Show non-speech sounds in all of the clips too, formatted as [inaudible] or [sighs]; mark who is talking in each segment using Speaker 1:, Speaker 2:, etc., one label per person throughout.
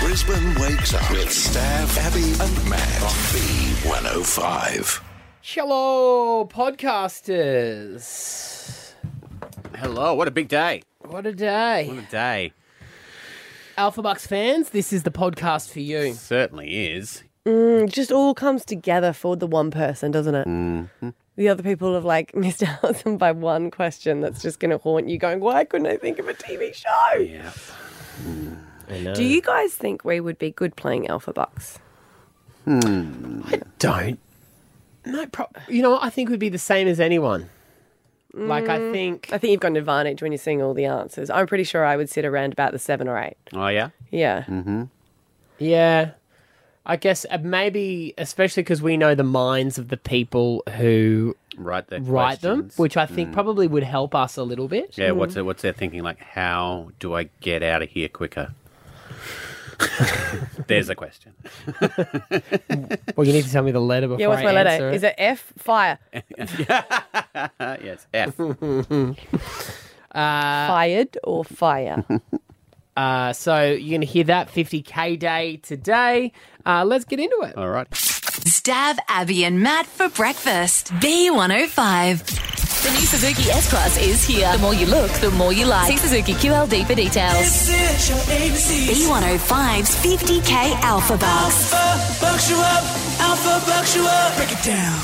Speaker 1: Brisbane wakes up with Stav, Abby, and Matt on B105.
Speaker 2: Hello, podcasters.
Speaker 3: Hello, what a big day.
Speaker 2: What a day.
Speaker 3: What a day.
Speaker 2: Alpha Bucks fans, this is the podcast for you.
Speaker 3: Certainly is.
Speaker 4: It just all comes together for the one person, doesn't it? Mm-hmm. The other people have like [laughs] missed out on by one question that's just going to haunt you, going, "Why couldn't I think of a TV show?"
Speaker 3: Yeah.
Speaker 4: Do you guys think we would be good playing Alpha Bucks?
Speaker 2: Don't. No problem. You know, I think we'd be the same as anyone. Like, I think.
Speaker 4: I think you've got an advantage when you're seeing all the answers. I'm pretty sure I would sit around about the seven or eight.
Speaker 3: Oh, yeah?
Speaker 4: Yeah,
Speaker 2: Yeah. I guess uh, maybe, especially because we know the minds of the people who
Speaker 3: Write their
Speaker 2: write them,
Speaker 3: questions.
Speaker 2: which I think probably would help us a little bit.
Speaker 3: Yeah, what's their, what's their thinking? Like, how do I get out of here quicker? [laughs] There's a question. [laughs]
Speaker 2: Well, you need to tell me the letter before
Speaker 4: yeah. What's
Speaker 2: I
Speaker 4: my
Speaker 2: answer
Speaker 4: letter?
Speaker 2: it.
Speaker 4: Is it F? Fire,
Speaker 3: Uh, yes,
Speaker 2: [laughs]
Speaker 3: F.
Speaker 4: fired, or [laughs] fire?
Speaker 2: Uh, so you're going to hear that 50K day today. Uh, let's get into it.
Speaker 3: All right.
Speaker 5: Stav, Abby, and Matt for breakfast. B105. The new Suzuki S Class is here. The more you look, the more you like. See Suzuki QLD for details. B105's 50K Alpha Bucks.
Speaker 6: bucks you up, alpha bucks you up. Break it down.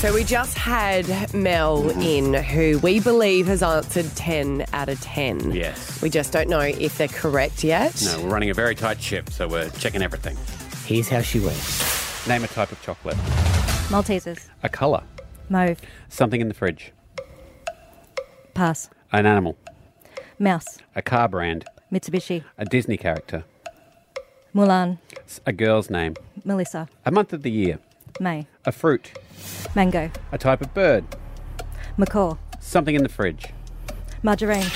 Speaker 4: So we just had Mel in, who we believe has answered ten out of ten.
Speaker 3: Yes.
Speaker 4: We just don't know if they're correct yet.
Speaker 3: No, we're running a very tight ship, so we're checking everything.
Speaker 2: Here's how she went.
Speaker 3: Name a type of chocolate,
Speaker 7: Maltesers.
Speaker 3: a colour,
Speaker 7: Mauve.
Speaker 3: something in the fridge,
Speaker 7: Pass.
Speaker 3: an animal,
Speaker 7: Mouse.
Speaker 3: a car brand,
Speaker 7: Mitsubishi.
Speaker 3: a Disney character,
Speaker 7: Mulan.
Speaker 3: s- a girl's name,
Speaker 7: Melissa.
Speaker 3: a month of the year,
Speaker 7: May.
Speaker 3: a fruit,
Speaker 7: Mango.
Speaker 3: a type of bird,
Speaker 7: Macaw.
Speaker 3: something in the fridge.
Speaker 7: Margarine.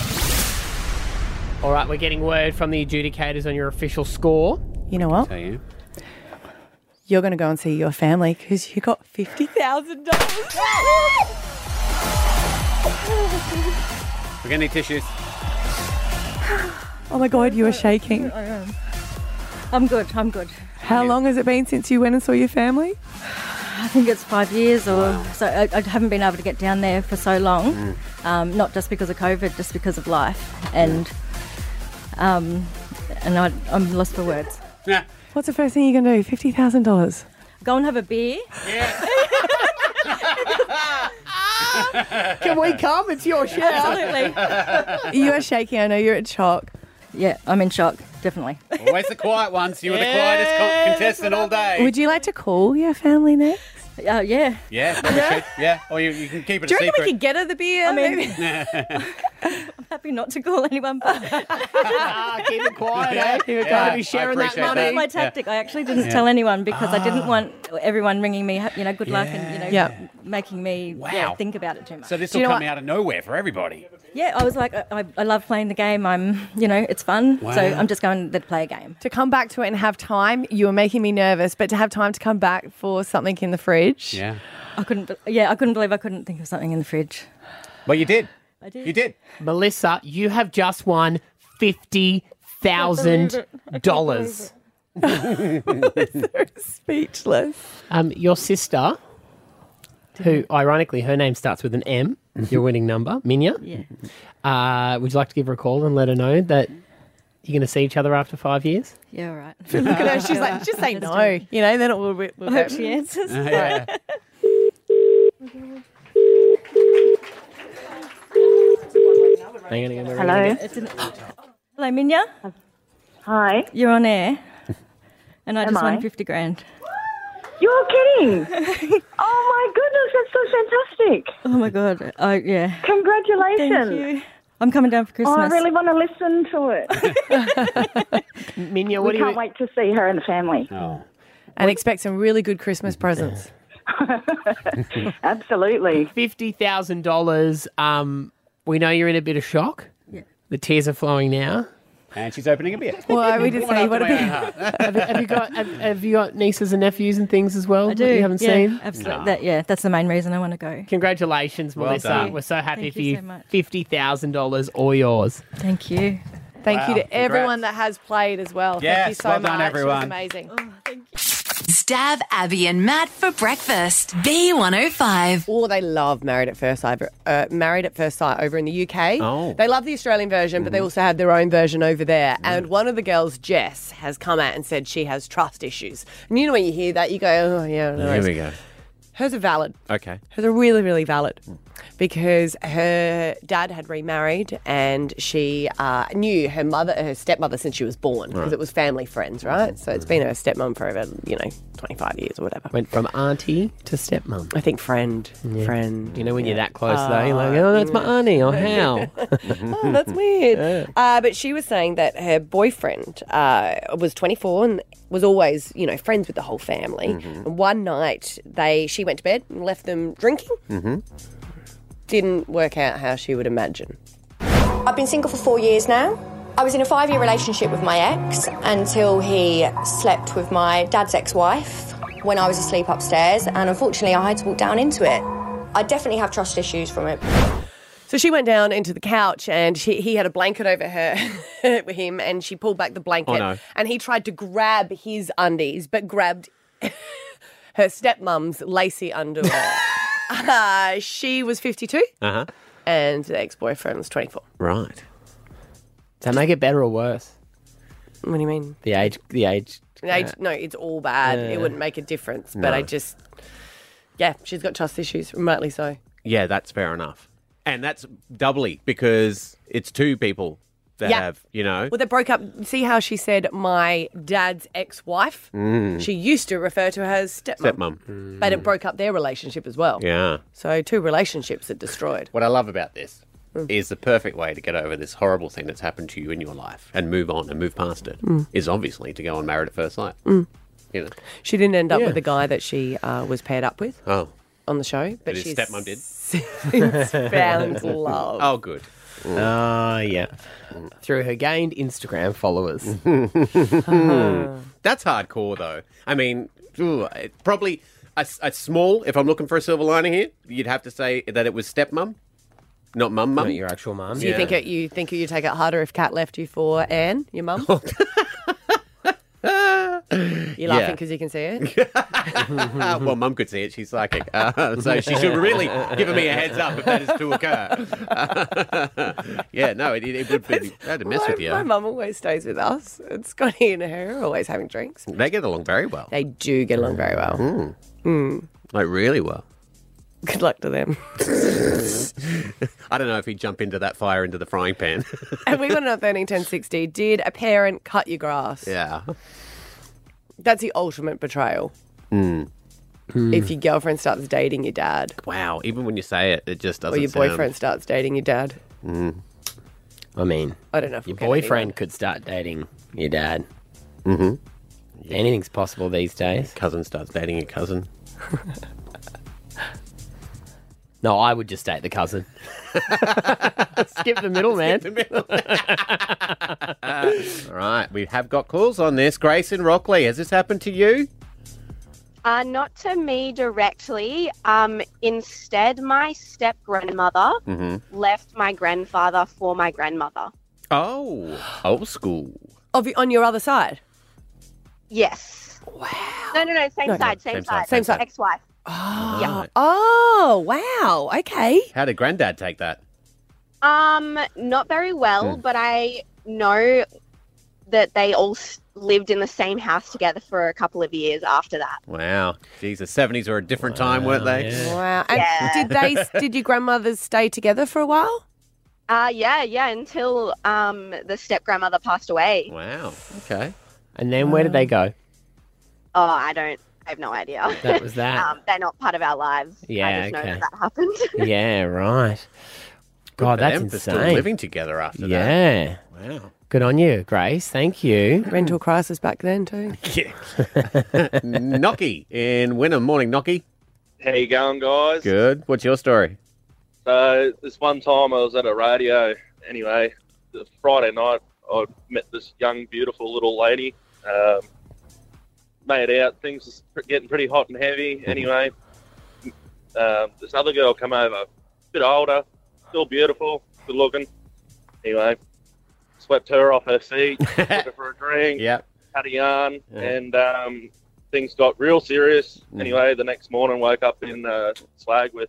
Speaker 2: All right, we're getting word from the adjudicators on your official score.
Speaker 4: You know what?
Speaker 3: Tell you.
Speaker 4: You're going to go and see your family because you got fifty thousand dollars.
Speaker 3: We're going to need tissues.
Speaker 4: Oh my god, you are shaking.
Speaker 7: I'm good. I'm good.
Speaker 4: How long has it been since you went and saw your family?
Speaker 7: I think it's five years or so. I, I haven't been able to get down there for so long. Um, not just because of COVID, just because of life. And um, and I, I'm lost for words.
Speaker 4: What's the first thing you're going to do? Fifty thousand dollars.
Speaker 7: Go and have a beer.
Speaker 2: Can we come? It's your share.
Speaker 7: Absolutely.
Speaker 4: You are shaking. I know you're at shock.
Speaker 7: yeah, I'm in shock. Definitely.
Speaker 3: Always the quiet ones. You were the quietest con- contestant all day.
Speaker 4: Would you like to call your family next?
Speaker 7: Uh, yeah.
Speaker 3: yeah, probably should. Yeah, or you, you can keep it a secret.
Speaker 4: get her the beer? I
Speaker 7: [laughs]
Speaker 4: mean,
Speaker 7: mean- Happy not to call anyone. But
Speaker 2: Ah, keep it quiet, eh? You're
Speaker 3: Yeah,
Speaker 2: going to be sharing
Speaker 3: I
Speaker 2: that
Speaker 3: appreciate
Speaker 2: money.
Speaker 7: That's my tactic. I actually didn't tell anyone because I
Speaker 3: Ah.
Speaker 7: didn't want everyone ringing me, you know, good luck and, you know,
Speaker 4: Yeah.
Speaker 7: making me yeah,
Speaker 3: Wow.
Speaker 7: think about it too much.
Speaker 3: so this
Speaker 4: Do
Speaker 3: will
Speaker 4: you know
Speaker 3: come
Speaker 4: what?
Speaker 3: out of nowhere for everybody.
Speaker 7: yeah, I was like, I, I- I love playing the game. I'm, you know, it's fun. So
Speaker 3: Wow.
Speaker 7: I'm just going to play a game.
Speaker 4: to come back to it and have time. You were making me nervous, but to have time to come back for something in the fridge.
Speaker 3: Yeah.
Speaker 7: I couldn't, be- yeah, I couldn't believe I couldn't think of something in the fridge.
Speaker 3: Well, you did.
Speaker 7: I did.
Speaker 3: You did.
Speaker 2: Melissa, you have just won $50,000.
Speaker 4: Speechless. [laughs]
Speaker 2: Um, your sister, who ironically, her name starts with an M, your winning number, Minya.
Speaker 7: Yeah.
Speaker 2: Uh, would you like to give her a call and let her know that you're going to see each other after five years?
Speaker 7: Yeah, all [laughs] right.
Speaker 4: Look at her. She's like, just say no. You know, then it will. will
Speaker 7: I hope she answers.
Speaker 3: [laughs] Yeah.
Speaker 2: Hang on, hang on, hang on.
Speaker 8: Hello.
Speaker 7: It's an- Hello, Minya.
Speaker 8: Hi.
Speaker 7: You're on air. And I
Speaker 8: Am
Speaker 7: just
Speaker 8: I?
Speaker 7: won 50 grand.
Speaker 8: You're kidding. oh my goodness, that's so fantastic.
Speaker 7: Oh my God. Oh, yeah.
Speaker 8: Congratulations.
Speaker 7: Thank you. I'm coming down for
Speaker 8: Oh,
Speaker 7: Christmas.
Speaker 8: I really want to listen to it.
Speaker 2: Minya,
Speaker 8: we
Speaker 2: what do you
Speaker 8: can't wait to see her and the family.
Speaker 3: Oh.
Speaker 4: And expect some really good Christmas presents.
Speaker 8: Absolutely.
Speaker 2: fifty thousand dollars. Um, we know you're in a bit of shock.
Speaker 7: Yeah.
Speaker 2: The tears are flowing now.
Speaker 3: And she's opening a beer.
Speaker 4: Well, [laughs] we just
Speaker 3: Woman
Speaker 4: say
Speaker 3: after
Speaker 4: what a
Speaker 3: my own
Speaker 4: bit.
Speaker 3: heart.
Speaker 2: Have you got have, have you got nieces and nephews and things as well
Speaker 7: I do.
Speaker 2: that you haven't
Speaker 7: yeah,
Speaker 2: seen?
Speaker 7: Absolutely. That, yeah, that's the main reason I want to go.
Speaker 2: Congratulations, Melissa.
Speaker 3: done.
Speaker 2: We're so happy
Speaker 7: Thank
Speaker 2: for
Speaker 7: you
Speaker 2: you.
Speaker 7: so much.
Speaker 2: Fifty thousand dollars, all yours.
Speaker 7: Thank you.
Speaker 9: Thank you
Speaker 3: Wow,
Speaker 9: to everyone
Speaker 3: congrats.
Speaker 9: that has played as well. Thank you
Speaker 3: Yes,
Speaker 9: so
Speaker 3: well
Speaker 9: much.
Speaker 3: done,
Speaker 9: It was
Speaker 3: everyone.
Speaker 9: amazing.
Speaker 5: Stab Abby and Matt for breakfast. B105.
Speaker 4: Or Oh, they love Married at First Sight, uh, Married at First Sight over in the UK.
Speaker 3: Oh. Mm-hmm.
Speaker 4: They love the Australian version, but they also have their own version over there. And one of the girls, Jess, has come out and said she has trust issues. And you know when you hear that, you go, oh, yeah. no
Speaker 3: Here
Speaker 4: worries."
Speaker 3: we go.
Speaker 4: Hers are valid.
Speaker 3: Okay.
Speaker 4: Hers are really, really valid because her dad had remarried and she uh, knew her mother, her stepmother, since she was born because it was family friends, right? So it's been her stepmom for over, you know, 25 years or whatever.
Speaker 2: Went from auntie to stepmom.
Speaker 4: I think friend, friend.
Speaker 2: You know, when you're that close, though, you're
Speaker 7: Ah.
Speaker 2: like, oh, that's my auntie, or how?
Speaker 7: [laughs]
Speaker 2: [laughs]
Speaker 4: Oh, that's weird. Uh, but she was saying that her boyfriend uh, was 24 and was always, you know, friends with the whole family.
Speaker 2: Mm-hmm.
Speaker 4: And one night, they she went to bed and left them drinking. Mm-hmm. Didn't work out how she would imagine.
Speaker 10: I've been single for four years now. I was in a five year relationship with my ex until he slept with my dad's ex wife when I was asleep upstairs, and unfortunately, I had to walk down into it. I definitely have trust issues from it.
Speaker 4: So she went down into the couch and she, he had a blanket over her, [laughs] him, and she pulled back the blanket.
Speaker 3: Oh, no.
Speaker 4: And he tried to grab his undies, but grabbed [laughs] her stepmom's lacy
Speaker 3: [laughs]
Speaker 4: underwear. uh, she was 52
Speaker 3: Uh huh.
Speaker 4: and the ex boyfriend was 24.
Speaker 3: Right.
Speaker 2: Does that make it better or worse?
Speaker 4: What do you mean?
Speaker 2: The age, the age.
Speaker 4: Age, no, it's all bad. It wouldn't make a difference. But I just, yeah, she's got trust issues, rightly so.
Speaker 3: Yeah, that's fair enough. And that's doubly because it's two people that
Speaker 4: Yeah.
Speaker 3: have, you know.
Speaker 4: Well, they broke up. See how she said my dad's ex-wife. She used to refer to her as stepmom,
Speaker 3: Mm. Stepmom.
Speaker 4: but it broke up their relationship as well.
Speaker 3: Yeah.
Speaker 4: So two relationships it destroyed.
Speaker 3: What I love about this
Speaker 4: Mm.
Speaker 3: is the perfect way to get over this horrible thing that's happened to you in your life and move on and move past it is
Speaker 4: Mm.
Speaker 3: obviously to go on married at first sight. You know.
Speaker 4: She didn't end up with the guy that she uh, was paired up with
Speaker 3: Oh.
Speaker 4: on the show, but
Speaker 3: But his
Speaker 4: she's
Speaker 3: stepmom
Speaker 4: [laughs]
Speaker 3: did.
Speaker 4: since found love.
Speaker 3: [laughs] Oh, good. Ah,
Speaker 2: Oh, yeah. Through her gained Instagram
Speaker 3: [laughs]
Speaker 2: followers.
Speaker 3: That's hardcore, though. I mean, ooh, it- probably a, s- a small. If I'm looking for a silver lining here, you'd have to say that it was stepmum, not mum mum.
Speaker 2: Not your actual mum.
Speaker 4: Do you think it? You think you take it harder if Kat left you for Anne, your
Speaker 3: [laughs]
Speaker 4: mum? You're laughing
Speaker 3: Yeah.
Speaker 4: because you can see
Speaker 3: [laughs]
Speaker 4: it.
Speaker 3: Uh, well, mum could see it. She's psychic, [laughs] uh, so she should really give me a heads up if that is to occur. [laughs] yeah, no, it, it would be that'd mess with
Speaker 4: my, my
Speaker 3: you.
Speaker 4: mum always stays with us. And Scotty and her are always having drinks.
Speaker 3: They get along very well,
Speaker 4: They do get along very well.
Speaker 3: Mm. like really well.
Speaker 4: Good luck to them. [laughs]
Speaker 3: I don't know if he'd jump into that fire into the frying pan. [laughs]
Speaker 4: and we want to know 13, 10, 60. Did a parent cut your grass?
Speaker 3: yeah,
Speaker 4: That's the ultimate betrayal. If your girlfriend starts dating your dad
Speaker 3: wow. Even when you say it, it just doesn't.
Speaker 4: or your
Speaker 3: sound-
Speaker 4: boyfriend starts dating your dad.
Speaker 2: I mean,
Speaker 4: I don't know if
Speaker 2: your
Speaker 4: we'll get anyone.
Speaker 2: boyfriend could start dating your dad. Mm-hmm. Anything's possible these days.
Speaker 3: cousin starts dating your [laughs] cousin.
Speaker 2: No, I would just date the
Speaker 3: [laughs]
Speaker 2: cousin. Skip the middle, man.
Speaker 3: All right, we have got calls on this. Grace in Rockley, has this happened to you?
Speaker 11: Uh, not to me directly. Um, instead, my step grandmother
Speaker 3: Mm-hmm.
Speaker 11: left my grandfather for my grandmother.
Speaker 3: Oh, old school.
Speaker 4: Of, on your other side.
Speaker 11: Yes. Wow. No, no, no. Same side. Same,
Speaker 3: same side,
Speaker 11: side.
Speaker 3: same side.
Speaker 11: Ex-wife.
Speaker 3: Right.
Speaker 4: [gasps] Oh, wow. Okay.
Speaker 3: How did Granddad take that?
Speaker 11: Um, not very well,
Speaker 2: Hmm.
Speaker 11: but I know that they all s- lived in the same house together for a couple of years after that.
Speaker 3: Wow, geez, the seventies were a different time, weren't they?
Speaker 2: yeah.
Speaker 4: Wow. And
Speaker 11: Yeah.
Speaker 4: did
Speaker 11: [laughs]
Speaker 4: they did your grandmothers stay together for a while?
Speaker 11: Uh, yeah, yeah. Until um, the step grandmother passed away.
Speaker 3: Wow. Okay.
Speaker 2: [laughs] And then where did they go?
Speaker 11: Oh, I don't. I have no idea.
Speaker 2: That was
Speaker 7: [laughs]
Speaker 2: that.
Speaker 11: [laughs] um, they're not part of our lives.
Speaker 2: Yeah,
Speaker 11: I just know
Speaker 2: okay.
Speaker 11: that, that happened. [laughs]
Speaker 2: yeah, right. God,
Speaker 3: But
Speaker 2: that's
Speaker 3: them for still
Speaker 2: insane.
Speaker 3: living together after
Speaker 2: yeah.
Speaker 3: that. Wow. [laughs]
Speaker 2: Good on you, Grace. Thank you.
Speaker 4: Rental crisis back then too.
Speaker 3: Nocky in Wynnum. Morning, Nocky.
Speaker 12: How you going, guys?
Speaker 3: Good. What's your story?
Speaker 12: So this one time I was at a radio. Anyway, the Friday night I met this young, beautiful little lady. Um, made out. Things was pr- getting pretty hot and heavy.
Speaker 3: Mm-hmm.
Speaker 12: Anyway, um, this other girl come over, bit older, still beautiful, good looking. Anyway, swept her off her
Speaker 3: [laughs]
Speaker 12: seat, took her for a drink,
Speaker 3: Yep.
Speaker 12: had a yarn,
Speaker 3: Yeah.
Speaker 12: and um, things got real serious.
Speaker 3: Mm.
Speaker 12: Anyway, the next morning, woke up in uh, Slag with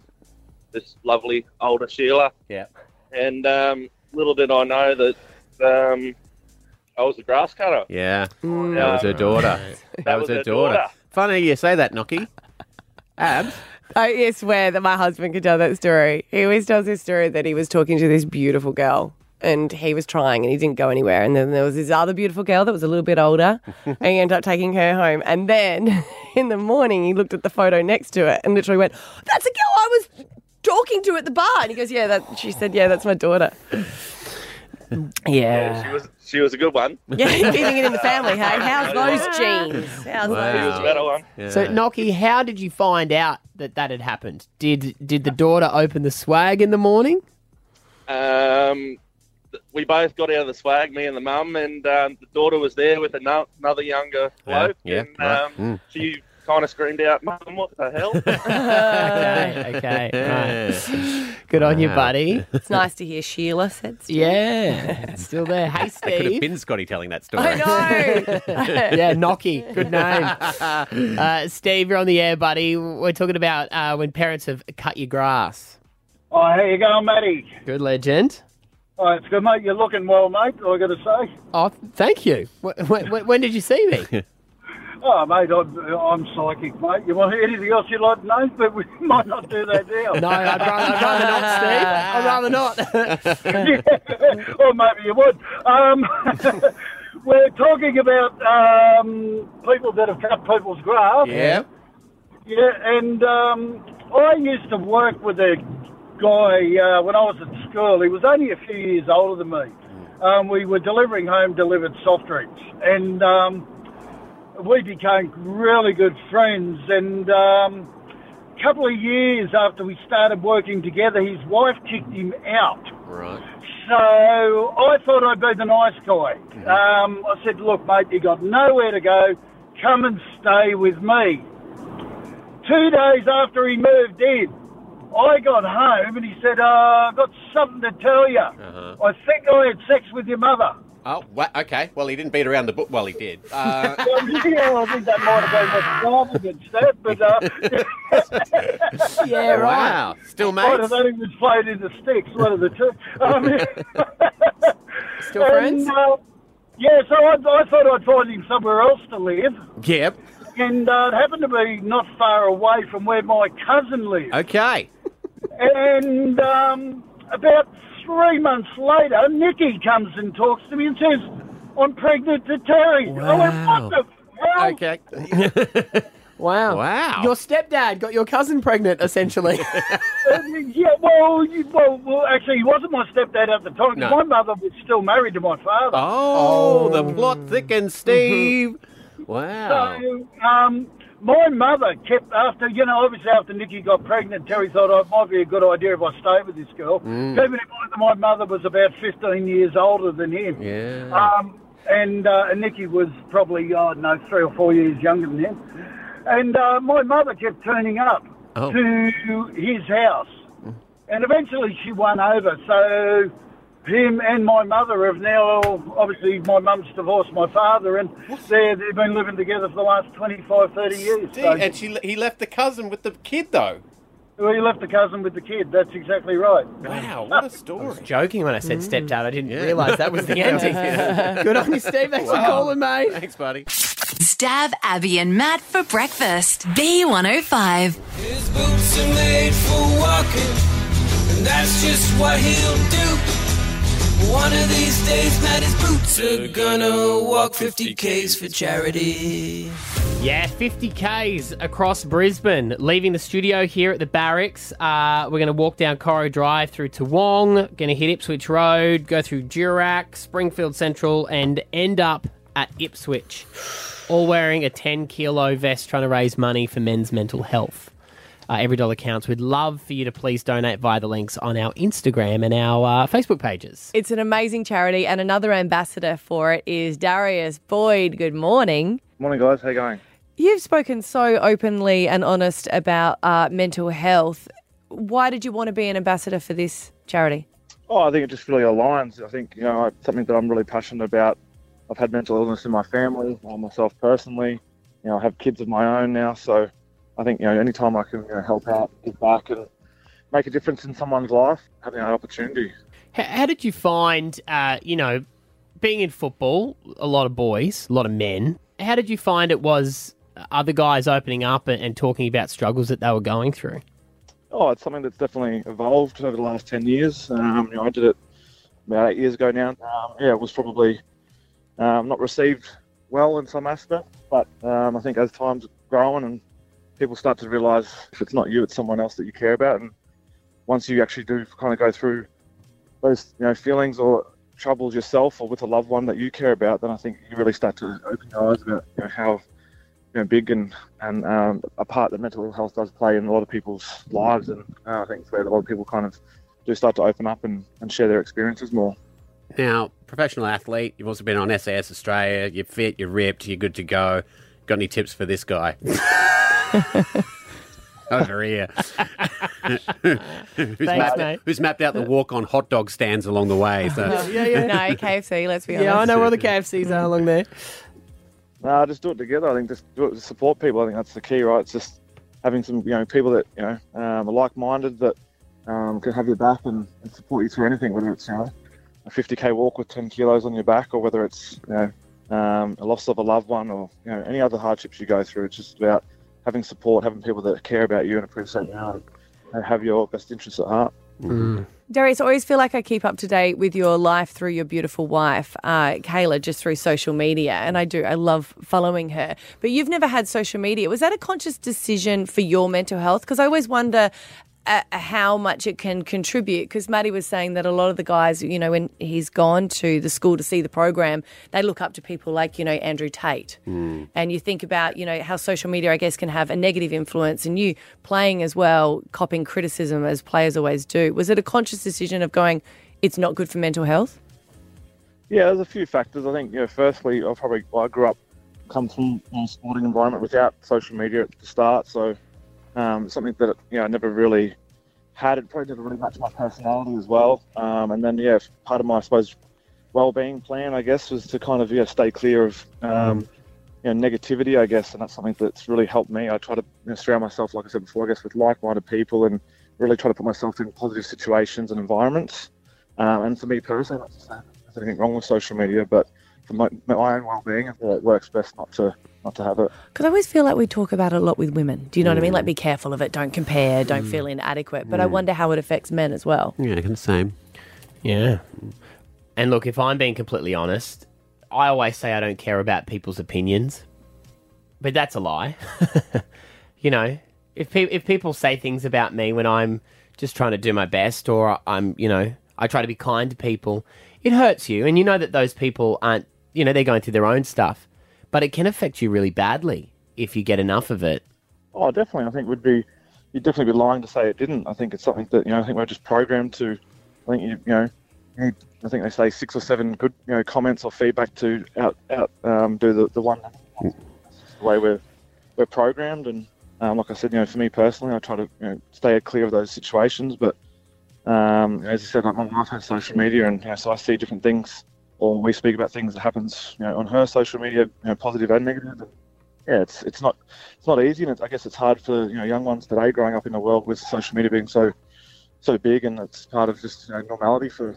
Speaker 12: this lovely older Sheila,
Speaker 3: Yeah.
Speaker 12: and um, little did I know that um, I was a grass cutter.
Speaker 3: Yeah.
Speaker 12: Mm.
Speaker 3: That was her
Speaker 12: Right.
Speaker 3: daughter. That, was, her daughter.
Speaker 12: daughter.
Speaker 3: Funny you say that, Nocky. Abs.
Speaker 9: I swear that my husband could tell that story. He always tells this story that he was talking to this beautiful girl and he was trying and he didn't go anywhere. And then there was this other beautiful girl that was a little bit older and he ended up taking her home. And then [laughs] in the morning, he looked at the photo next to it and literally went, That's a girl I was talking to at the bar. And he goes, Yeah, that. She said, Yeah, that's my daughter.
Speaker 12: She was she was a good one.
Speaker 9: Yeah, keeping it in the family, hey? How's those genes? How's
Speaker 12: She was a better one.
Speaker 2: So, Noki, how did you find out that that had happened? Did did the daughter open the swag in the morning?
Speaker 12: Um, th- we both got out of the swag, me and the mum, and um, the daughter was there with ano- another younger bloke.
Speaker 3: yeah,
Speaker 12: and,
Speaker 3: right,
Speaker 12: um,
Speaker 3: mm.
Speaker 12: She kind of screamed out, "Mum, what the hell?"
Speaker 2: [laughs] okay, okay, right. Good on you,
Speaker 3: Wow. [laughs]
Speaker 2: buddy.
Speaker 9: It's nice to hear Sheila said stuff.
Speaker 2: Yeah, it's still there.
Speaker 3: [laughs]
Speaker 2: Hey,
Speaker 3: That could have
Speaker 2: Steve.
Speaker 3: been Scotty telling that
Speaker 2: [laughs]
Speaker 3: story.
Speaker 9: [laughs]
Speaker 2: yeah, Nocky. Good
Speaker 3: [laughs]
Speaker 2: name. Uh, Steve, you're on the air, buddy. We're talking about uh, when parents have cut your grass.
Speaker 13: [laughs] Oh, how you going, Matty?
Speaker 2: Good legend.
Speaker 13: Oh, it's good, mate. You're looking well, mate. I got to say.
Speaker 2: Oh, thank you. When, when, when did you see
Speaker 3: [laughs]
Speaker 2: me?
Speaker 13: Oh, mate, I'm, I'm psychic, mate. You want anything else you'd like to know? But we [laughs] might not do that now.
Speaker 2: No, I'd rather, I'd rather not, Steve. I'd rather not.
Speaker 13: [laughs]
Speaker 2: [laughs]
Speaker 13: or maybe you would. Um, [laughs] we're talking about um, people that have cut people's grass.
Speaker 3: Yeah.
Speaker 13: Yeah, and um, I used to work with a guy uh, when I was at school. He was only a few years older than me. Um, we were delivering home delivered soft drinks, and um, we became really good friends. And um, a couple of years after we started working together, his wife kicked him out.
Speaker 3: Right.
Speaker 13: So I thought I'd be the nice guy. Um, I said, look, mate, you got nowhere to go. Come and stay with me. Two days after he moved in, I got home and he said, uh, I've got something to tell you.
Speaker 3: Uh-huh.
Speaker 13: I think I had sex with your mother.
Speaker 3: Oh, wha okay. Well, he didn't beat around the book. Well, he did. Uh,
Speaker 13: Well, [laughs] yeah, I think that might have been what against that, but uh,
Speaker 2: yeah,
Speaker 3: right. Wow. Still mates?
Speaker 13: [laughs] Might have only been played in the sticks, one of the two. Um,
Speaker 2: Still
Speaker 13: [laughs] friends? yeah, so I, I thought I'd find him somewhere else to live,
Speaker 3: yep.
Speaker 13: and uh, it happened to be not far away from where my cousin lives.
Speaker 3: Okay.
Speaker 13: And um, about three months later, Nikki comes and talks to me and says, I'm pregnant to Terry. I went, what the hell?
Speaker 3: Okay.
Speaker 2: Wow.
Speaker 3: Wow.
Speaker 2: Your stepdad got your cousin pregnant, essentially. [laughs]
Speaker 13: Um, yeah, well, you, well, well, actually, he wasn't my stepdad at the time. 'cause
Speaker 3: No.
Speaker 13: My mother was still married to my father.
Speaker 3: Oh, the plot thickens, [laughs] Steve. wow.
Speaker 13: So, um, my mother kept after you know obviously after Nikki got pregnant, Terry thought oh, it might be a good idea if I stay with this girl.
Speaker 3: Mm.
Speaker 13: Keeping in mind that my mother was about fifteen years older than him.
Speaker 3: Yeah.
Speaker 13: Um, and, uh, and Nikki was probably I don't know three or four years younger than him. And uh, my mother kept turning up
Speaker 3: Oh.
Speaker 13: to his house, and eventually she won over. So. Him and my mother have now, obviously, my mum's divorced my father, and they're, they've been living together for the last 25, 30 years.
Speaker 3: Steve, and she, he left the cousin with the kid, though.
Speaker 13: Well, you left the cousin with the kid. That's exactly right.
Speaker 3: Wow, what a story.
Speaker 2: Joking when I said stepdad, I didn't realise that was the [laughs] ending.
Speaker 3: Yeah.
Speaker 2: Good on you, Steve. Thanks
Speaker 3: Wow.
Speaker 2: for calling, mate.
Speaker 3: Thanks, buddy.
Speaker 5: Stab Abby and Matt for breakfast. B105.
Speaker 6: His boots are made for walking, and that's just what he'll do. One of these days, man, his boots are gonna walk 50 Ks for charity.
Speaker 2: Yeah, 50Ks across Brisbane. Leaving the studio here at the barracks. Uh, we're going to walk down Corrie Drive through Toowong, going to hit Ipswich Road, go through Durack, Springfield Central, and end up at Ipswich. All wearing a 10 kilo vest trying to raise money for men's mental health. Uh, every dollar counts. We'd love for you to please donate via the links on our Instagram and our uh, Facebook pages.
Speaker 14: It's an amazing charity, and another ambassador for it is Darius Boyd. Good morning.
Speaker 15: Morning, guys. How you going?
Speaker 14: You've spoken so openly and honest about uh, mental health. Why did you want to be an ambassador for this charity?
Speaker 15: Oh, I think it just really aligns. I think you know it's something that I'm really passionate about. I've had mental illness in my family, uh, myself personally. You know, I have kids of my own now, so I think you know anytime I can you know, help out, give back, and make a difference in someone's life, having that opportunity.
Speaker 2: How, how did you find, uh, you know, being in football, a lot of boys, a lot of men, how did you find it was other guys opening up and, and talking about struggles that they were going through?
Speaker 15: Oh, it's something that's definitely evolved over the last 10 years. Um, you know, I did it about eight years ago now. Um, yeah, it was probably um, not received well in some aspect, but um, I think as time's growing and people start to realise if it's not you, it's someone else that you care about. And once you actually do kind of go through those you know feelings or troubles yourself or with a loved one that you care about, then I think you really start to open your eyes about you know, how you know, big and and um, a part that mental health does play in a lot of people's lives, and uh, I think it's where a lot of people kind of do start to open up and, and share their experiences more.
Speaker 3: Now, professional athlete, you've also been on SAS Australia. You're fit, you're ripped, you're good to go. Got any tips for this [laughs] guy? Over [laughs] here. who's, mapped,
Speaker 4: mate.
Speaker 3: who's mapped out the walk on hot dog stands along the way? So.
Speaker 2: Uh, Yeah, yeah.
Speaker 4: No, KFC, let's be honest.
Speaker 2: Yeah, I know where the KFCs are along there.
Speaker 15: No, just do it together. I think just do it to support people. I think that's the key, right? It's just having some, you know, people that you know um, are like-minded that um, can have your back and, and support you through anything, whether it's you know a 50k walk with 10 kilos on your back, or whether it's you know um, a loss of a loved one, or you know any other hardships you go through. It's just about having support, having people that care about you and appreciate you, and, and have your best interests at heart.
Speaker 4: Darius, I always feel like I keep up to date with your life through your beautiful wife, uh, Kayla, just through social media. And I do. I love following her. But you've never had social media. Was that a conscious decision for your mental health? Because I always wonder. Uh, how much it can contribute because Maddie was saying that a lot of the guys, you know, when he's gone to the school to see the program, they look up to people like, you know, Andrew Tate. And you think about, you know, how social media, I guess, can have a negative influence and you playing as well, copying criticism as players always do. Was it a conscious decision of going, it's not good for mental health?
Speaker 15: Yeah, there's a few factors. I think, you know, firstly, I probably I grew up, come from a sporting environment without social media at the start, so um, it's something that you know I never really had. It probably never really matched my personality as well. Um, and then yeah, part of my I suppose well-being plan, I guess, was to kind of yeah stay clear of um, you know negativity, I guess, and that's something that's really helped me. I try to you know, surround myself, like I said before, I guess, with like-minded people and really try to put myself in positive situations and environments. Um, and for me personally, not to say there's anything wrong with social media, but for my, my own well-being, I feel it works best not to not to have it.
Speaker 4: Because I always feel like we talk about it a lot with women. Do you know what I mean? Like, be careful of it, don't compare, don't feel inadequate. But I
Speaker 2: Mm.
Speaker 4: wonder how it affects men as well.
Speaker 3: Yeah, kind of same.
Speaker 2: Yeah. And look, if I'm being completely honest, I always say I don't care about people's opinions, but that's a lie. [laughs] you know, if pe- if people say things about me when I'm just trying to do my best, or I'm, you know, I try to be kind to people, it hurts you, and you know that those people aren't, you know, they're going through their own stuff, but it can affect you really badly if you get enough of it.
Speaker 15: Oh, definitely. I think would be you'd definitely be lying to say it didn't. I think it's something that you know. I think we're just programmed to. I think you, you know. you need- I think they say six or seven good you know comments or feedback to out out um, do the the one. That's just the way we're we're programmed, and um, like I said, you know, for me personally, I try to you know, stay clear of those situations. But um, as I said, like my wife has social media, and you know, so I see different things, or we speak about things that happens you know on her social media, you know, positive and negative. Yeah, it's it's not it's not easy, and it's, I guess it's hard for you know young ones today growing up in a world with social media being so so big, and it's part of just you know, normality for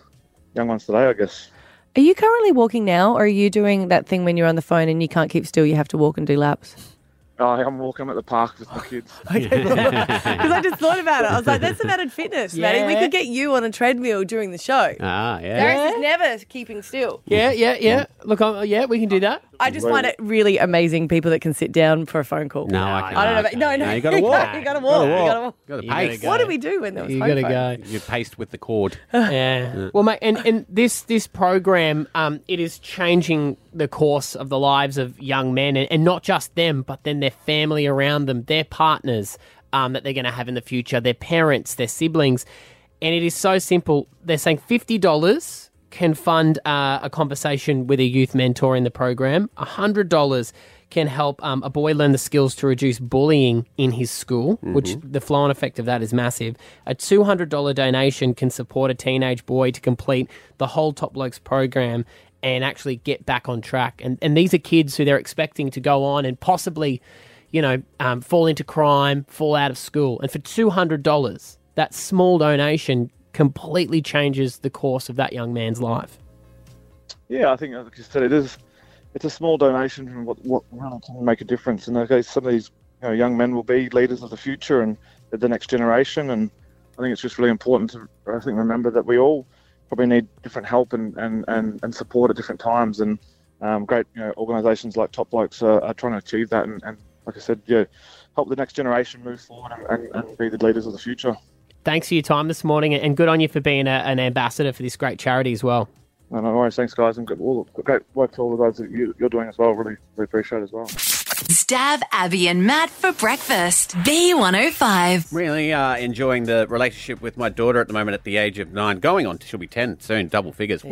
Speaker 15: young ones today, I guess.
Speaker 4: Are you currently walking now, or are you doing that thing when you're on the phone and you can't keep still? You have to walk and do laps?
Speaker 15: Oh, I'm walking at the park
Speaker 4: Oh,
Speaker 15: with
Speaker 4: [laughs]
Speaker 15: my kids.
Speaker 4: Because I just thought about it. I was like, that's about fitness, Maddie. We
Speaker 10: Yeah.
Speaker 4: could get you on a treadmill during the show.
Speaker 3: Ah,
Speaker 4: Darius is never keeping still.
Speaker 2: Yeah, yeah, yeah. Look, I'm, yeah, we can do that.
Speaker 4: I just find it really amazing people that can sit down for a phone call.
Speaker 3: No,
Speaker 4: I
Speaker 3: I
Speaker 4: don't know. About,
Speaker 3: can't.
Speaker 4: no, no,
Speaker 3: No, you gotta walk.
Speaker 4: you gotta
Speaker 3: You gotta
Speaker 4: walk. You gotta
Speaker 3: walk.
Speaker 4: walk.
Speaker 3: You gotta pace.
Speaker 4: What do we do when there was
Speaker 3: You
Speaker 4: phone
Speaker 3: gotta
Speaker 4: phone?
Speaker 2: go.
Speaker 3: You're paced with the cord.
Speaker 2: [sighs] yeah. Well, mate, and, and this this program, um, it is changing the course of the lives of young men, and, and not just them, but then their family around them, their partners um, that they're going to have in the future, their parents, their siblings, and it is so simple. They're saying fifty dollars can fund uh, a conversation with a youth mentor in the program. hundred dollars can help um, a boy learn the skills to reduce bullying in his school, which
Speaker 16: Mhm.
Speaker 2: the flow on effect of that is massive. A $200 donation can support a teenage boy to complete the whole Top Blokes program and actually get back on track. And, and these are kids who they're expecting to go on and possibly, you know, um, fall into crime, fall out of school. And for $200, that small donation completely changes the course of that young man's life.
Speaker 15: Yeah, I think, like you said, it is. It's a small donation from what what really can make a difference. And okay, some of these you know, young men will be leaders of the future and they're the next generation. And I think it's just really important to I think remember that we all probably need different help and and, and, and support at different times. And um, great you know, organisations like Top Blokes are, are trying to achieve that. And, and like I said, yeah, help the next generation move forward and, and, and be the leaders of the future.
Speaker 2: Thanks for your time this morning and good on you for being a, an ambassador for this great charity as well.
Speaker 15: No, no worries. Thanks, guys. And good, all, great work to all the guys that you, you're doing as well. Really, really appreciate it as well.
Speaker 5: Stab Abby and Matt for breakfast. B105.
Speaker 3: Really uh, enjoying the relationship with my daughter at the moment at the age of nine, going on, she'll be 10 soon, double figures.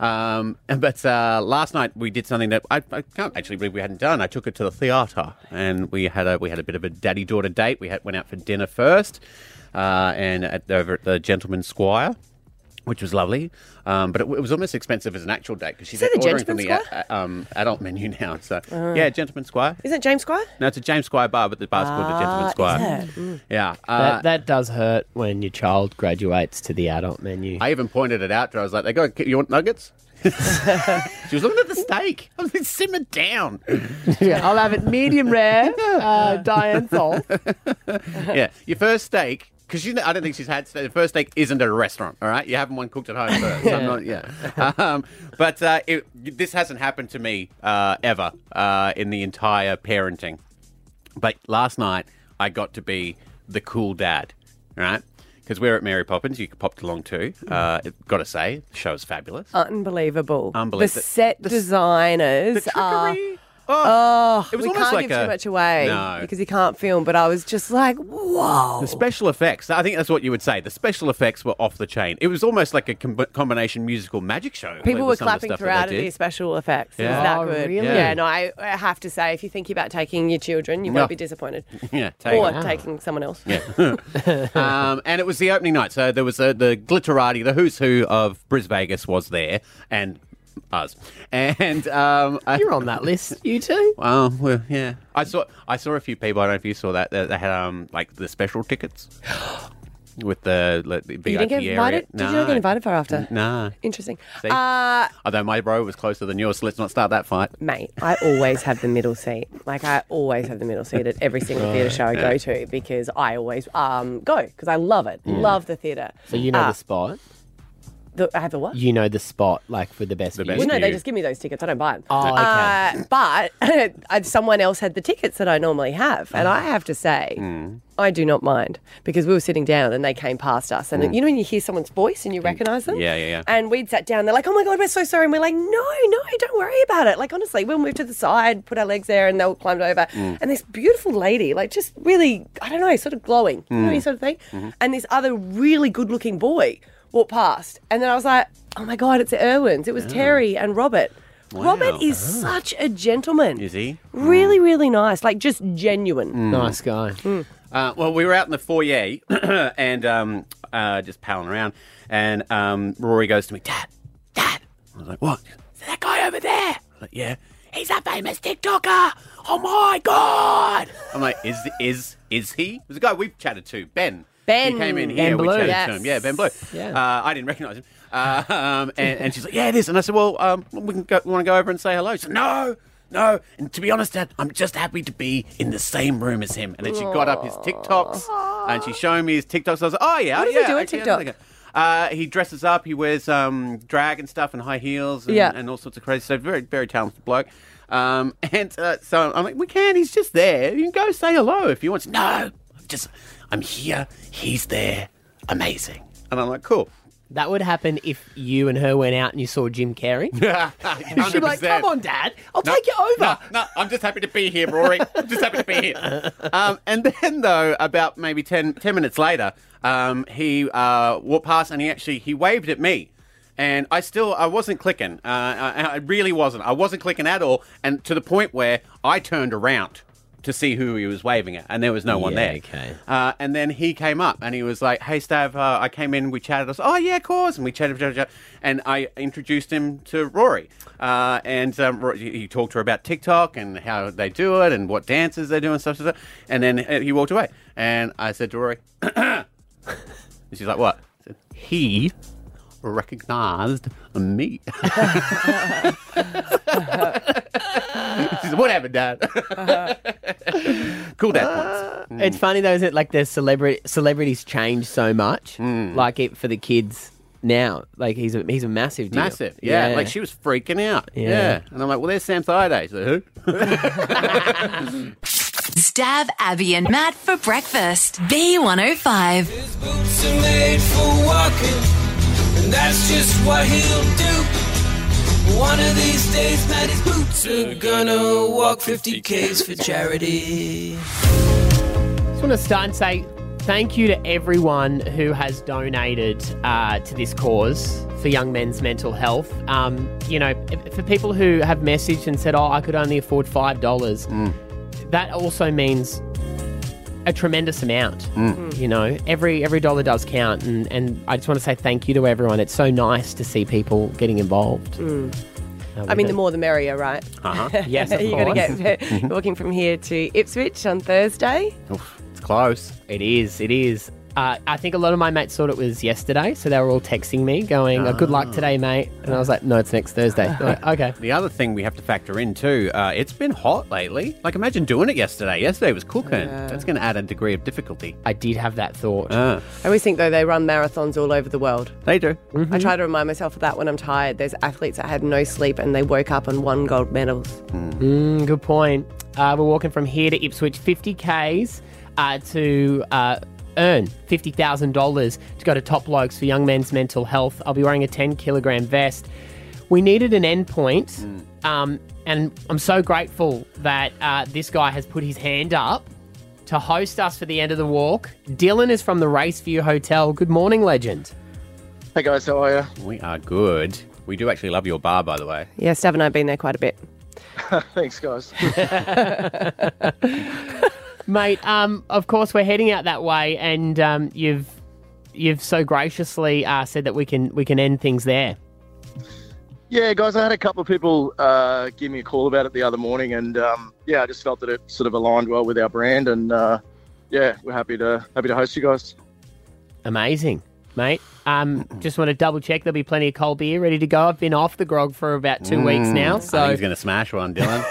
Speaker 3: Um, [laughs] but uh, last night we did something that I, I can't actually believe we hadn't done. I took her to the theatre and we had a we had a bit of a daddy daughter date. We had, went out for dinner first, uh, and at, over at the Gentleman Squire. Which was lovely, um, but it, w- it was almost expensive as an actual date because she's
Speaker 4: that the
Speaker 3: ordering from the
Speaker 4: Gentleman
Speaker 3: a- a- um, adult menu now. So
Speaker 4: Uh.
Speaker 3: yeah, Gentleman Squire.
Speaker 4: Isn't it James Squire?
Speaker 3: No, it's a James Squire bar, but the bar's called the Gentleman Squire.
Speaker 2: Mm.
Speaker 3: Yeah, uh,
Speaker 2: Ah, that, that does hurt when your child graduates to the adult menu.
Speaker 3: I even pointed it out to her. I was like, "They got you want nuggets?" [laughs] she was looking at the steak. I was like, "Simmer down."
Speaker 2: [laughs] yeah, I'll have it medium rare, uh, [laughs] Diane Sol.
Speaker 3: yeah, [laughs] your first steak. Because you know, I don't think she's had steak. The first steak isn't at a restaurant, all right? You haven't one cooked at home first.
Speaker 4: [laughs]
Speaker 3: I'm not, yeah. Um, but uh, it, this hasn't happened to me uh, ever uh, in the entire parenting. But last night, I got to be the cool dad, all right? Because we were at Mary Poppins. You popped along too.
Speaker 4: Hmm.
Speaker 3: Uh, it- gotta say, the show is fabulous.
Speaker 4: Oh, Unbelievable.
Speaker 3: Unbelievable.
Speaker 4: The set designers are. Oh,
Speaker 3: It was
Speaker 4: we
Speaker 3: almost
Speaker 4: can't
Speaker 3: like
Speaker 4: give
Speaker 3: a-
Speaker 4: too much away
Speaker 3: No.
Speaker 4: because you can't film. But I was just like, wow.
Speaker 3: The special effects, I think that's what you would say. The special effects were off the chain. It was almost like a com- combination musical magic show.
Speaker 4: People
Speaker 3: with
Speaker 4: were
Speaker 3: some of
Speaker 4: clapping
Speaker 3: the stuff that
Speaker 4: throughout
Speaker 3: they
Speaker 4: at the
Speaker 3: did.
Speaker 4: special effects. It
Speaker 3: Yeah.
Speaker 4: was that
Speaker 3: Oh,
Speaker 4: good.
Speaker 3: really?
Speaker 4: Yeah. no, I, I have to say, if you think about taking your children, you
Speaker 3: No.
Speaker 4: won't be disappointed.
Speaker 3: Yeah, [laughs] take
Speaker 4: or
Speaker 3: it.
Speaker 4: taking someone else.
Speaker 3: Yeah. [laughs] um, and it was the opening night. So there was uh, the glitterati, the who's who of Bris Vegas was there and us. And um, You're
Speaker 2: on that list, you two.
Speaker 3: Well, well, yeah. I saw I saw a few people, I don't know if you saw that. They, they had um, like the special
Speaker 4: [gasps]
Speaker 3: tickets with the, like, the VIP
Speaker 4: You didn't get
Speaker 3: area.
Speaker 4: invited? Did you not get invited for after?
Speaker 3: No.
Speaker 4: Interesting.
Speaker 3: See?
Speaker 4: Uh,
Speaker 3: Although my bro was closer than yours, so let's not start that fight.
Speaker 4: Mate, I always have the middle seat. Like I always have the middle seat at every single
Speaker 3: Right,
Speaker 4: theatre show I
Speaker 3: yeah.
Speaker 4: go to because I always um, go because I love it.
Speaker 2: Mm.
Speaker 4: Love the theatre.
Speaker 2: So you know
Speaker 4: Uh,
Speaker 2: the spot.
Speaker 4: the, I have the what?
Speaker 2: You know the spot, like for the best. The
Speaker 4: well, no, they just give me those tickets. I don't buy them.
Speaker 2: Oh, okay.
Speaker 4: Uh, but [laughs] I- someone else had the tickets that I normally have, and I have to say,
Speaker 3: Mm.
Speaker 4: I do not mind because we were sitting down and they came past us, and
Speaker 3: Mm.
Speaker 4: you know when you hear someone's voice and you recognise them.
Speaker 3: Yeah, yeah, yeah.
Speaker 4: And we'd sat down. They're like, "Oh my god, we're so sorry." And we're like, "No, no, don't worry about it." Like honestly, we'll move to the side, put our legs there, and they'll climb over.
Speaker 6: Mm.
Speaker 4: And this beautiful lady, like just really, I don't know, sort of glowing, you know,
Speaker 6: Mm.
Speaker 4: you sort of thing.
Speaker 6: Mhm.
Speaker 4: And this other really good-looking boy walked past, and then I was like, "Oh my god, it's Irwin's." It was Terry and Robert.
Speaker 3: Wow.
Speaker 4: Robert is such a gentleman.
Speaker 3: Is he?
Speaker 4: Really, really nice. Like just genuine.
Speaker 2: Nice guy.
Speaker 3: Uh, well, we were out in the foyer [clears throat] and um, uh, just palling around, and um, Rory goes to me, Dad, Dad. I was like, What?
Speaker 6: That guy over there.
Speaker 3: I'm like, yeah.
Speaker 6: He's a famous TikToker. Oh my god.
Speaker 3: I'm like, is is is he? There's a guy we've chatted to, Ben.
Speaker 6: Ben.
Speaker 3: He came in
Speaker 6: Ben
Speaker 3: here. we
Speaker 6: Blue.
Speaker 3: chatted
Speaker 6: Yes.
Speaker 3: to him. Yeah, Ben Blue.
Speaker 6: Yeah.
Speaker 3: Uh, I didn't recognise him. Uh, um, and, and she's like, yeah, it is. And I said, well, um, we can go, want to go over and say hello. She said, no, no. And to be honest, Dad, I'm just happy to be in the same room as him. And then she got up his TikToks and she showed me his TikToks. I was like, oh yeah,
Speaker 4: What does he
Speaker 3: yeah.
Speaker 4: do on
Speaker 3: actually, I know
Speaker 4: TikTok?
Speaker 3: that guy. Uh, he dresses up. He wears um, drag and stuff and high heels and,
Speaker 4: Yeah.
Speaker 3: and all sorts of crazy stuff. Very, very talented bloke. Um, [laughs] and uh, so I'm like, we can. He's just there. You can go say hello if you want. No, I'm just, I'm here. He's there. Amazing. And I'm like, cool. [laughs]
Speaker 2: That would happen if you and her went out and you saw Jim Carrey.
Speaker 3: She'd
Speaker 2: be like, come on, Dad. I'll take you over.
Speaker 3: No, I'm just happy to be here, Rory. I'm just happy to be here. Um, and then, though, about maybe 10, 10 minutes later, um, he uh, walked past and he actually he waved at me. and I still I wasn't clicking. Uh, I, I really wasn't. I wasn't clicking at all, and to the point where I turned around to see who he was waving at, and there was no one
Speaker 17: Yeah,
Speaker 3: there. Okay. Uh, and then he came up and he was like, "Hey, Stav, uh, I came in. We chatted. I was, oh yeah, of course." And we chatted, chatted, chatted and I introduced him to Rory. Uh, and um, Rory, he he talked to her about TikTok and how they do it and what dances they do and stuff, stuff, stuff. And then uh, he walked away, and I said to Rory, [coughs] and "She's like, what?" I said, "He." Recognized me. [laughs] she said, "What happened, Dad?" [laughs] cool dad points.
Speaker 17: It's funny though, is it? Like the celebrity celebrities change so much.
Speaker 3: Mm.
Speaker 17: Like it for the kids now. Like he's a he's a massive deal.
Speaker 3: Massive. Yeah. Like she was freaking out.
Speaker 17: Yeah.
Speaker 3: Yeah. And I'm like, well, there's Sam Thaiday. She's like, who? [laughs]
Speaker 5: Stab Abby and Matt for breakfast. B105.
Speaker 6: Boots are made for walking, and that's just what he'll do. One of these days, Maddie's boots are gonna walk 50 Ks for charity.
Speaker 2: Just want to start and say thank you to everyone who has donated uh, to this cause for young men's mental health. Um, you know, if- for people who have messaged and said, "Oh, I could only afford five dollars,"
Speaker 17: Mm.
Speaker 2: that also means a tremendous amount.
Speaker 17: Mm.
Speaker 2: You know, every every dollar does count, and and I just want to say thank you to everyone. It's so nice to see people getting involved.
Speaker 4: Mm.
Speaker 2: Uh,
Speaker 4: I
Speaker 2: we
Speaker 4: mean, the
Speaker 2: don't-
Speaker 4: more the merrier, right?
Speaker 2: Uh-huh. Yes,
Speaker 4: [laughs]
Speaker 2: of
Speaker 4: you got to
Speaker 2: course.
Speaker 4: get you're walking from here to Ipswich on Thursday.
Speaker 2: It's close. It is. It is. Uh, I think a lot of my mates thought it was yesterday, so they were all texting me going, oh, "Good luck today, mate," and I was like, "No, it's next Thursday." They're like, okay.
Speaker 3: The other thing we have to factor in too, uh, it's been hot lately. Like, imagine doing it yesterday. Yesterday was cooking. That's going to add a degree of difficulty. Uh,
Speaker 2: I did have that thought.
Speaker 4: I always think though they run marathons all over the world.
Speaker 3: They do.
Speaker 4: I try to remind myself of that when I'm tired. There's athletes that had no sleep and they woke up and won gold medals.
Speaker 2: Mm, good point. Uh, we're walking from here to Ipswich, 50Ks uh, to uh, earn $50,000 to go to Top Blokes for Young Men's Mental Health. I'll be wearing a 10 kilogram vest. We needed an endpoint, um, and I'm so grateful that uh, this guy has put his hand up to host us for the end of the walk. Dylan is from the Raceview Hotel. Good morning, legend.
Speaker 18: Hey guys, how are you?
Speaker 3: We are good. We do actually love your bar, by the way.
Speaker 4: Yeah, Stav and I've been there quite a bit.
Speaker 18: Thanks, guys.
Speaker 2: Mate, um, of course we're heading out that way, and um, you've you've so graciously uh, said that we can we can end things there.
Speaker 18: Yeah, guys, I had a couple of people uh, give me a call about it the other morning, and um, yeah, I just felt that it sort of aligned well with our brand, and uh, yeah, we're happy to happy to host you guys. [laughs]
Speaker 2: Amazing, mate. Um, just want to double check there'll be plenty of cold beer ready to go. I've been off the grog for about two weeks
Speaker 3: Mm, I
Speaker 2: now,
Speaker 3: think
Speaker 2: so
Speaker 3: he's going to smash one, Dylan.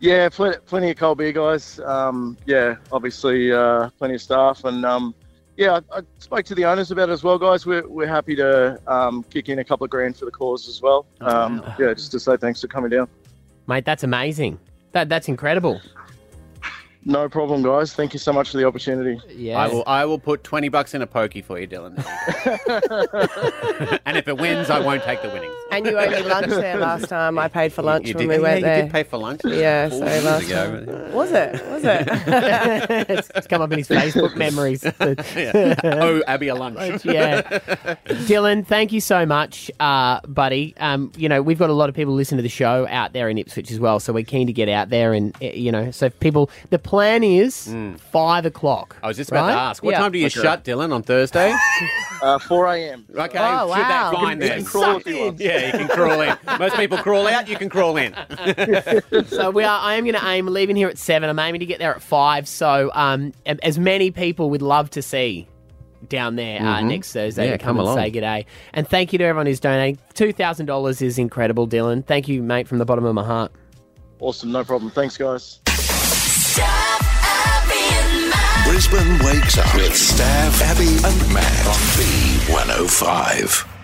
Speaker 18: yeah, pl- plenty of cold beer, guys. Um, yeah, obviously, uh, plenty of staff. And um, yeah, I, I spoke to the owners about it as well, guys. We're, we're happy to um, kick in a couple of grand for the cause as well. Um, Yeah, just to say thanks for coming down.
Speaker 2: mate, that's amazing. That that's incredible.
Speaker 18: No problem, guys. Thank you so much for the opportunity.
Speaker 2: Yeah.
Speaker 3: I will. I will put twenty bucks in a pokey for you, Dylan. and if it wins, I won't take the winnings.
Speaker 4: And you
Speaker 3: [laughs]
Speaker 4: owed me lunch there last time. I paid for lunch
Speaker 3: you
Speaker 4: when we
Speaker 3: did- yeah,
Speaker 4: went
Speaker 3: you
Speaker 4: there.
Speaker 3: did pay for lunch.
Speaker 4: Yeah, so
Speaker 3: Four years
Speaker 4: last
Speaker 3: ago.
Speaker 4: time. Was it? Was
Speaker 3: [laughs]
Speaker 4: it?
Speaker 2: [laughs] it's, it's come up in his Facebook memories.
Speaker 3: Yeah. Oh, Abby, a
Speaker 2: [laughs]
Speaker 3: lunch.
Speaker 2: yeah. Dylan, thank you so much, uh, buddy. Um, you know, we've got a lot of people listening to the show out there in Ipswich as well, so we're keen to get out there and, uh, you know, so if people, the plan is five o'clock.
Speaker 3: Mm. I was just about to
Speaker 2: right?
Speaker 3: ask, what time do you shut, Dylan, on
Speaker 2: [laughs]
Speaker 3: Thursday?
Speaker 18: Uh, 4 a.m.
Speaker 3: Okay,
Speaker 2: Oh,
Speaker 3: shoot
Speaker 2: wow.
Speaker 3: that
Speaker 2: You
Speaker 3: fine
Speaker 2: can- you
Speaker 3: then.
Speaker 2: can crawl if you want.
Speaker 3: Yeah, you can crawl in. Most people crawl out, you can crawl in.
Speaker 2: so we are. I am going to aim leaving here at seven. I'm aiming to get there at five. So um, a- as many people would love to see down there uh,
Speaker 3: Mhm.
Speaker 2: next Thursday
Speaker 3: Yeah,
Speaker 2: to come,
Speaker 3: come
Speaker 2: and
Speaker 3: along.
Speaker 2: say good day. And thank you to everyone who's donating. Two thousand dollars is incredible, Dylan. Thank you, mate, from the bottom of my heart.
Speaker 18: Awesome, no problem. Thanks, guys.
Speaker 1: oh Brisbane wakes up with Stav, Abby, and Matt on B105.